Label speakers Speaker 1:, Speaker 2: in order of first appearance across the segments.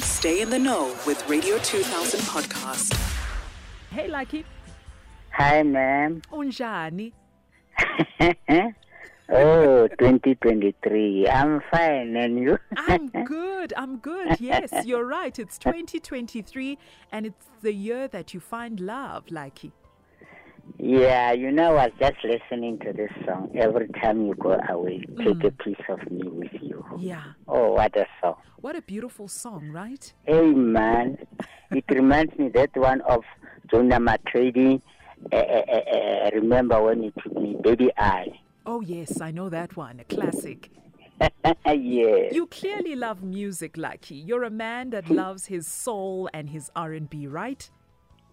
Speaker 1: Stay in the know with Radio 2000 podcast.
Speaker 2: Hey Lucky,
Speaker 3: Hi, ma'am.
Speaker 2: unjani?
Speaker 3: oh, 2023. I'm fine, and you?
Speaker 2: I'm good. I'm good. Yes, you're right. It's 2023 and it's the year that you find love, Lucky.
Speaker 3: yeah, you know, I was just listening to this song. Every time you go away, take a piece of me with you.
Speaker 2: Yeah.
Speaker 3: Oh, what a song.
Speaker 2: What a beautiful song, right?
Speaker 3: Hey, man. it reminds me that one of Jonah Matrady. Uh, uh, uh, uh, remember when you took me, baby? I.
Speaker 2: Oh yes, I know that one. A classic.
Speaker 3: yeah.
Speaker 2: You clearly love music, Lucky. You're a man that loves his soul and his R&B, right?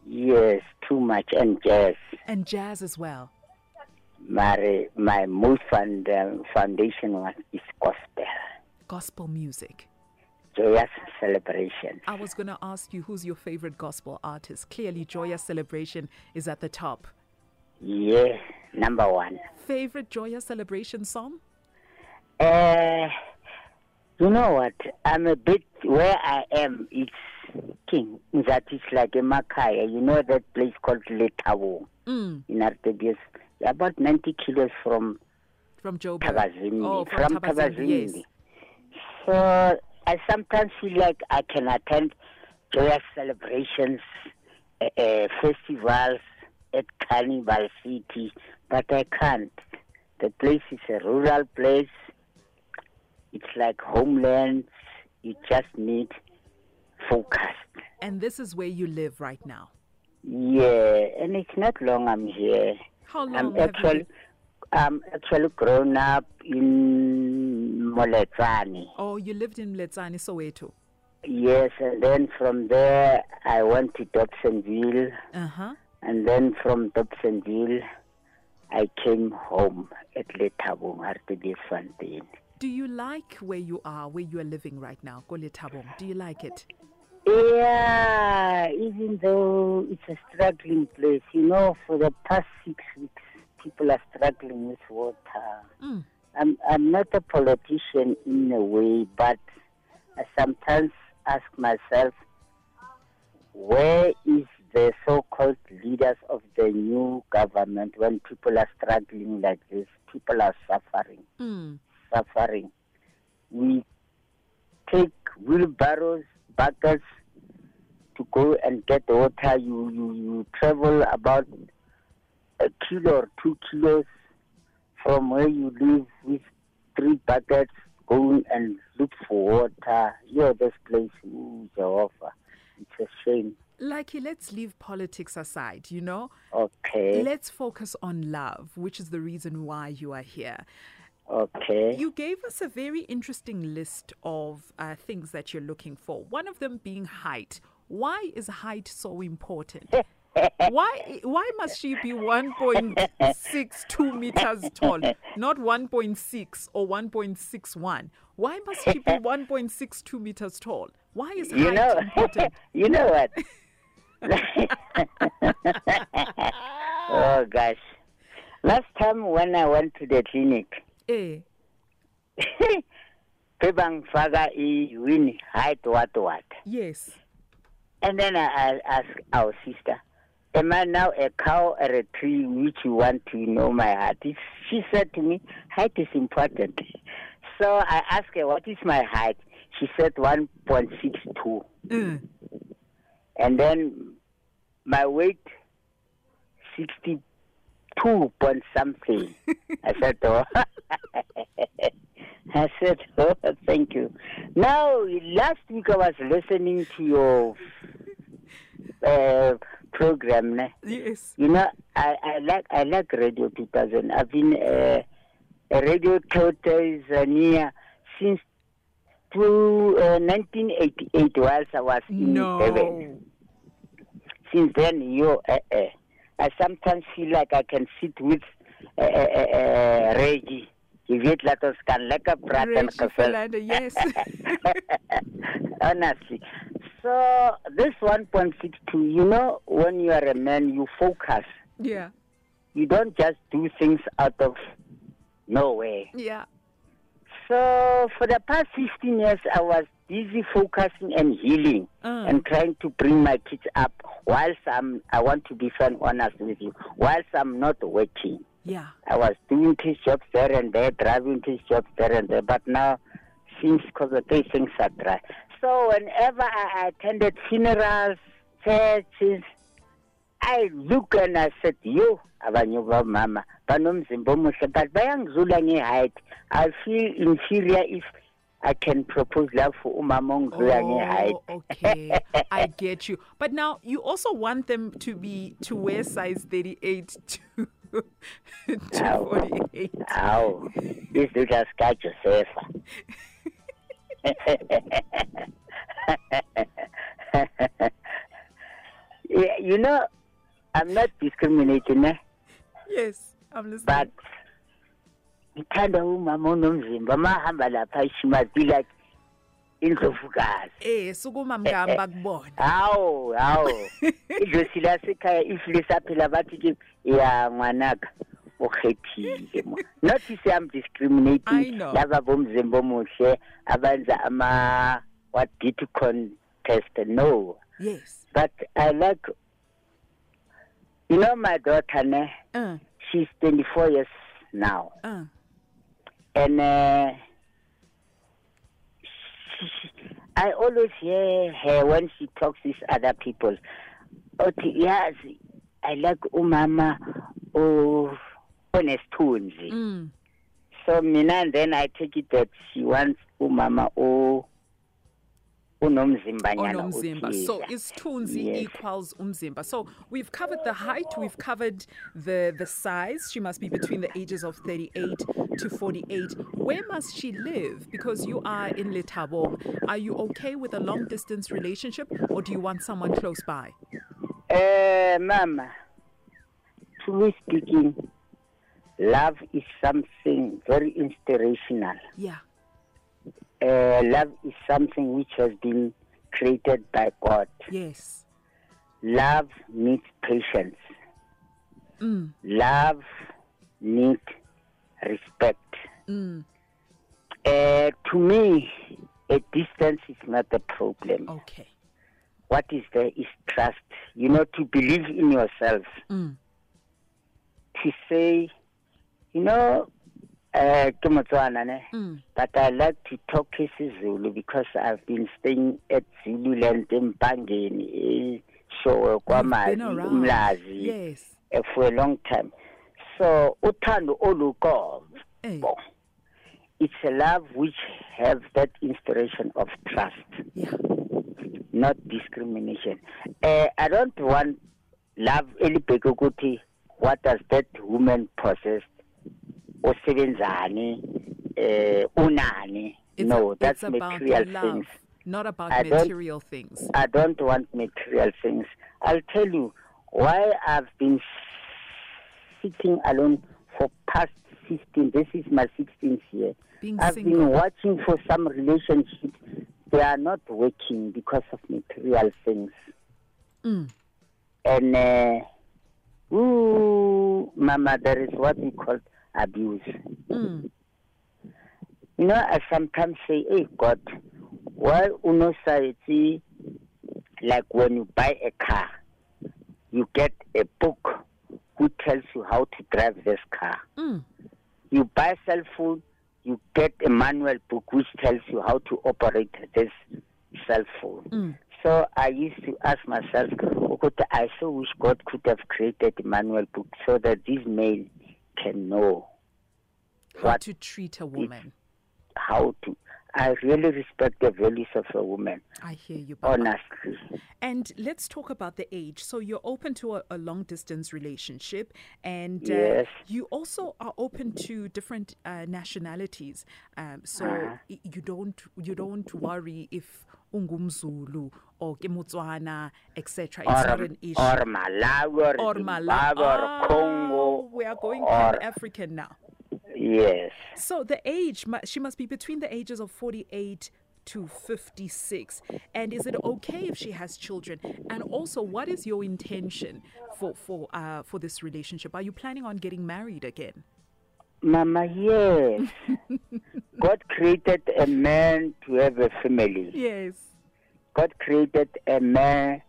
Speaker 3: Yes, too much and jazz.
Speaker 2: And jazz as well.
Speaker 3: My my most fund, um, foundation one is gospel.
Speaker 2: Gospel music.
Speaker 3: joyous celebration.
Speaker 2: I was going to ask you who's your favorite gospel artist. Clearly Joyous Celebration is at the top.
Speaker 3: Yeah, number one.
Speaker 2: Favorite Joyous Celebration song?
Speaker 3: Uh, you know what? I'm a bit where I am. It's King. That is like a Makaya. You know that place called Letabo
Speaker 2: Mm,
Speaker 3: in Artebius. About 90 kilos from
Speaker 2: from Joburg.
Speaker 3: Tabazimbi.
Speaker 2: Oh, from, Tabazimbi, yes.
Speaker 3: So I sometimes feel like I can attend joyous celebrations, uh, uh, festivals at Carnival City, but I can't. The place is a rural place. It's like homeland. You just need focus.
Speaker 2: And this is where you live right now.
Speaker 3: Yeah, and it's not long I'm here.
Speaker 2: How long
Speaker 3: I'm
Speaker 2: have you
Speaker 3: actually,
Speaker 2: been?
Speaker 3: I'm actually grown up in Moletani.
Speaker 2: Oh, you lived in Letsani, Soweto.
Speaker 3: Yes, and then from there I went to Dobsonville,
Speaker 2: Uh-huh.
Speaker 3: and then from Dobsonville I came home at Letabong RTB Fontaine.
Speaker 2: Do you like where you are, where you are living right now, Koletabong? Do you like it?
Speaker 3: Yeah, even though it's a struggling place, you know, for the past six weeks people are struggling with water.
Speaker 2: Mm.
Speaker 3: I'm I'm not a politician in a way, but I sometimes ask myself, where is the so-called leaders of the new government when people are struggling like this? People are suffering,
Speaker 2: Mm.
Speaker 3: suffering. We take wheelbarrows, buckets to go and get water. You you, you travel about a kilo or two kilos from where you live with three buckets going and look for water. Yeah, this place, ooh, Jehovah. It's a shame.
Speaker 2: Lucky, let's leave politics aside, you know?
Speaker 3: Okay.
Speaker 2: Let's focus on love, which is the reason why you are here.
Speaker 3: okay.
Speaker 2: You gave us a very interesting list of uh, things that you're looking for, one of them being height. Why is height so important? Why why must she be 1.62 meters tall, not 1.6 or 1.61? Why must she be 1.62 meters tall? Why is height
Speaker 3: you know,
Speaker 2: important?
Speaker 3: you know what? oh gosh! Last time when I went to the clinic,
Speaker 2: Eh,
Speaker 3: Pibangfaga i win height what what,
Speaker 2: yes.
Speaker 3: and then I, I asked our sister, "Am I now a cow or a tree? Which you want to know my height?" It- She said to me, "Height is important." So I asked her, "What is my height?" She said, "1.62."
Speaker 2: Mm.
Speaker 3: and then my weight sixty two point something. I said, oh. I said, oh, thank you. Now, last week I was listening to your uh, program. ne?
Speaker 2: Yes.
Speaker 3: You know, I, I like I like Radio 2000. I've been uh, a radio tota Tanzania since two, uh, 1988 whilst I was in Durban
Speaker 2: No.
Speaker 3: since then you uh, uh, I sometimes feel like I can sit with uh, uh, uh, Reggie. Jy weet laat ons kan lekker praat en
Speaker 2: Reggie
Speaker 3: gesels.
Speaker 2: Philander, yes.
Speaker 3: Honestly. So this 1.62 you know when you are a man you focus.
Speaker 2: yeah.
Speaker 3: You don't just do things out of nowhere.
Speaker 2: Yeah.
Speaker 3: So for the past 15 years I was busy focusing and healing
Speaker 2: Mm.
Speaker 3: and trying to bring my kids up whilst I'm, I want to be frank honest with you, whilst I'm not working.
Speaker 2: Yeah.
Speaker 3: I was doing these jobs there and there, driving these jobs there and there, but now since COVID, these things are dry. So whenever I attended funerals, churches, I look and I said, you, abanye bomama, banomzimba omuhle, but bayangizula nge-height. I feel inferior if I can propose love for umama ongizula nge-height.
Speaker 2: Oh, okay. I get you. But now you also want them to be to wear size 38 to, to 48.
Speaker 3: Awu, izinja sikaJosefa. Yeah, you know, I'm not discriminating, eh?
Speaker 2: Yes, I'm listening.
Speaker 3: but ngithanda umama onomzimba amahamba lapha she must be like indlovukazi
Speaker 2: Eh, sukuma mgamba kubona.
Speaker 3: hawu hawu idlosi lasekhaya if lisaphila bathi ke ya ngwanaka o kgethile mo." not to say i'm
Speaker 2: I
Speaker 3: discriminating
Speaker 2: know.
Speaker 3: laba bomzimba omuhle abenza ama what did contest no
Speaker 2: Yes.
Speaker 3: but i like you know my daughter ne
Speaker 2: Uh,
Speaker 3: she's 24 years now
Speaker 2: uh.
Speaker 3: and uh, I always hear her when she talks with other people. Okay, yes, I like umama oh, onesithunzi.
Speaker 2: Mm.
Speaker 3: So mina and then I take it that she wants umama o unomzimbanyana
Speaker 2: onomzimba so is tunzi
Speaker 3: Yes.
Speaker 2: equals umzimba so we've covered the height we've covered the the size she must be between the ages of 38 to 48 where must she live because you are in letabong are you okay with a long distance relationship or do you want someone close by
Speaker 3: Uh, Mama, truly speaking, love is something very inspirational.
Speaker 2: yeah
Speaker 3: uh, love is something which has been created by God.
Speaker 2: yes
Speaker 3: Love needs patience.
Speaker 2: mm.
Speaker 3: Love needs respect.
Speaker 2: Mm,
Speaker 3: Uh, to me, a distance is not the problem.
Speaker 2: okay
Speaker 3: What is there is trust. You know, to believe in yourself.
Speaker 2: Mm.
Speaker 3: To say, you know, uh, ke Motswana, ne?
Speaker 2: Mm.
Speaker 3: but I like to talk isiZulu because I've been staying at Zululand eMpangeni so
Speaker 2: Been
Speaker 3: kwamazi
Speaker 2: around.
Speaker 3: umlazi
Speaker 2: yes
Speaker 3: eh, for a long time so uthando oluqobo
Speaker 2: hey.
Speaker 3: it's a love which has that inspiration of trust
Speaker 2: yeah
Speaker 3: not discrimination uh, I don't want love elibheke ukuthi what does that woman possess osebenzani eh unani
Speaker 2: it's,
Speaker 3: no
Speaker 2: it's
Speaker 3: that's
Speaker 2: about
Speaker 3: material
Speaker 2: love
Speaker 3: things
Speaker 2: not about
Speaker 3: I don't-
Speaker 2: material things
Speaker 3: I don't want material things. I'll tell you why I've been sitting alone for past 15. This is my 16th year.
Speaker 2: Being
Speaker 3: I've
Speaker 2: single.
Speaker 3: been watching for some relationships. They are not working because of material things.
Speaker 2: Mm.
Speaker 3: And, uh, ooh, mama, there is what we call abuse.
Speaker 2: Mm.
Speaker 3: You know, I sometimes say, hey, God, why unosayeti, like when you buy a car, you get a book who tells you how to drive this car.
Speaker 2: Mm.
Speaker 3: You buy cell phone, you get a manual book which tells you how to operate this cell phone.
Speaker 2: Mm.
Speaker 3: So I used to ask myself, "Ukuthi, I so wish God could have created a manual book so that these men can know
Speaker 2: how
Speaker 3: What
Speaker 2: to treat a woman
Speaker 3: how to. I really respect the values of a woman,
Speaker 2: I hear you, Baba.
Speaker 3: honestly.
Speaker 2: And let's talk about the age. So you're open to a, a long distance relationship, and uh,
Speaker 3: Yes.
Speaker 2: you also are open to different uh, nationalities. Um, so
Speaker 3: Uh-huh.
Speaker 2: y- you don't you don't worry if ungumzulu or Kimutswana, etc. It's
Speaker 3: Or,
Speaker 2: not an issue.
Speaker 3: or Malawi, or,
Speaker 2: or
Speaker 3: Zimbabwe, or Congo.
Speaker 2: Oh, we are going
Speaker 3: or,
Speaker 2: pan African now.
Speaker 3: Yes.
Speaker 2: So the age, mu- she must be between the ages of 48 to 56. And is it okay if she has children? And also, what is your intention for for uh, for this relationship? Are you planning on getting married again?
Speaker 3: Mama, yes. God created a man to have a family.
Speaker 2: Yes.
Speaker 3: God created a man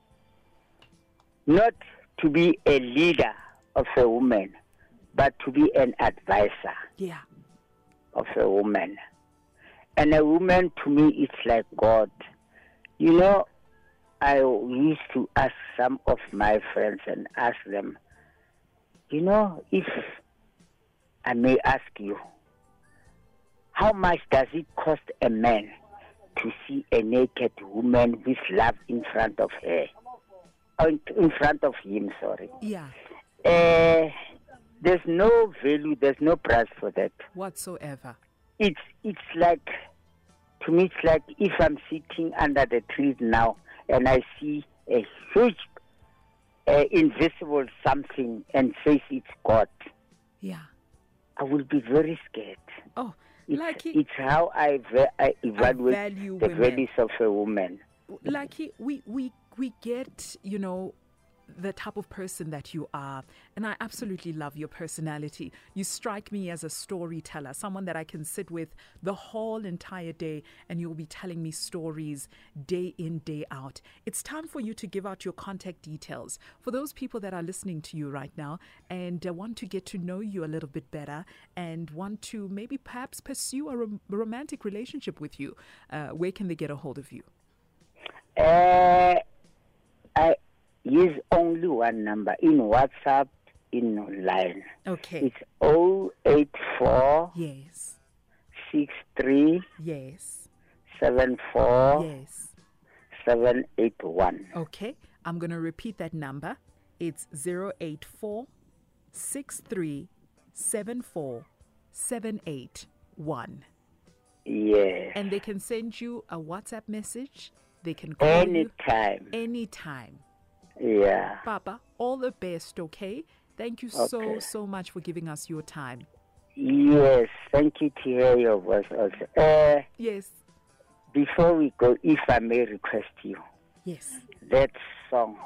Speaker 3: not to be a leader of a woman, but to be an advisor
Speaker 2: Yeah.
Speaker 3: of a woman. And a woman to me is like God. You know, I used to ask some of my friends and ask them, you know, if I may ask you, how much does it cost a man to see a naked woman with love in front of her? Oh, In in front of him, sorry.
Speaker 2: Yeah.
Speaker 3: Uh, there's no value, there's no price for that
Speaker 2: Whatsoever.
Speaker 3: it's it's like to me it's like if I'm sitting under the trees now and I see a huge uh, invisible something and says it's God,
Speaker 2: Yeah.
Speaker 3: I will be very scared.
Speaker 2: Oh,
Speaker 3: It's,
Speaker 2: lucky.
Speaker 3: it's how I, ve- I evaluate
Speaker 2: value
Speaker 3: the
Speaker 2: women.
Speaker 3: values of a woman.
Speaker 2: Lucky, we we we get you know the type of person that you are and i absolutely love your personality you strike me as a storyteller someone that i can sit with the whole entire day and you'll be telling me stories day in day out it's time for you to give out your contact details for those people that are listening to you right now and uh, want to get to know you a little bit better and want to maybe perhaps pursue a rom- romantic relationship with you uh, where can they get a hold of you
Speaker 3: Uh, I use only one number in WhatsApp, in line.
Speaker 2: Okay.
Speaker 3: It's 084
Speaker 2: yes.
Speaker 3: 63
Speaker 2: Yes.
Speaker 3: 74
Speaker 2: Yes.
Speaker 3: 781.
Speaker 2: Okay. I'm going to repeat that number. It's 084 63 74 781.
Speaker 3: Yes.
Speaker 2: And they can send you a WhatsApp message. They can call you
Speaker 3: Anytime.
Speaker 2: anytime.
Speaker 3: Yeah.
Speaker 2: Papa, all the best, okay? Thank you so,
Speaker 3: Okay.
Speaker 2: so much for giving us your time.
Speaker 3: Yes. Thank you to hear your voice also. Uh,
Speaker 2: Yes.
Speaker 3: before we go, if I may request you,
Speaker 2: Yes.
Speaker 3: that song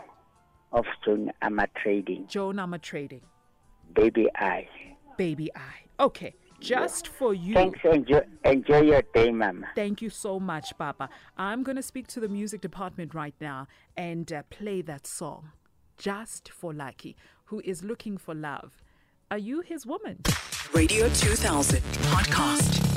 Speaker 3: of John Ama Trading,
Speaker 2: Joan, I'm a trading.
Speaker 3: Baby I.
Speaker 2: Baby I. Okay. Just for you.
Speaker 3: Thanks. Enjoy, enjoy your day, Mama.
Speaker 2: Thank you so much, Papa. I'm going to speak to the music department right now and uh, play that song just for Lucky, who is looking for love. Are you his woman?
Speaker 1: Radio 2000 podcast.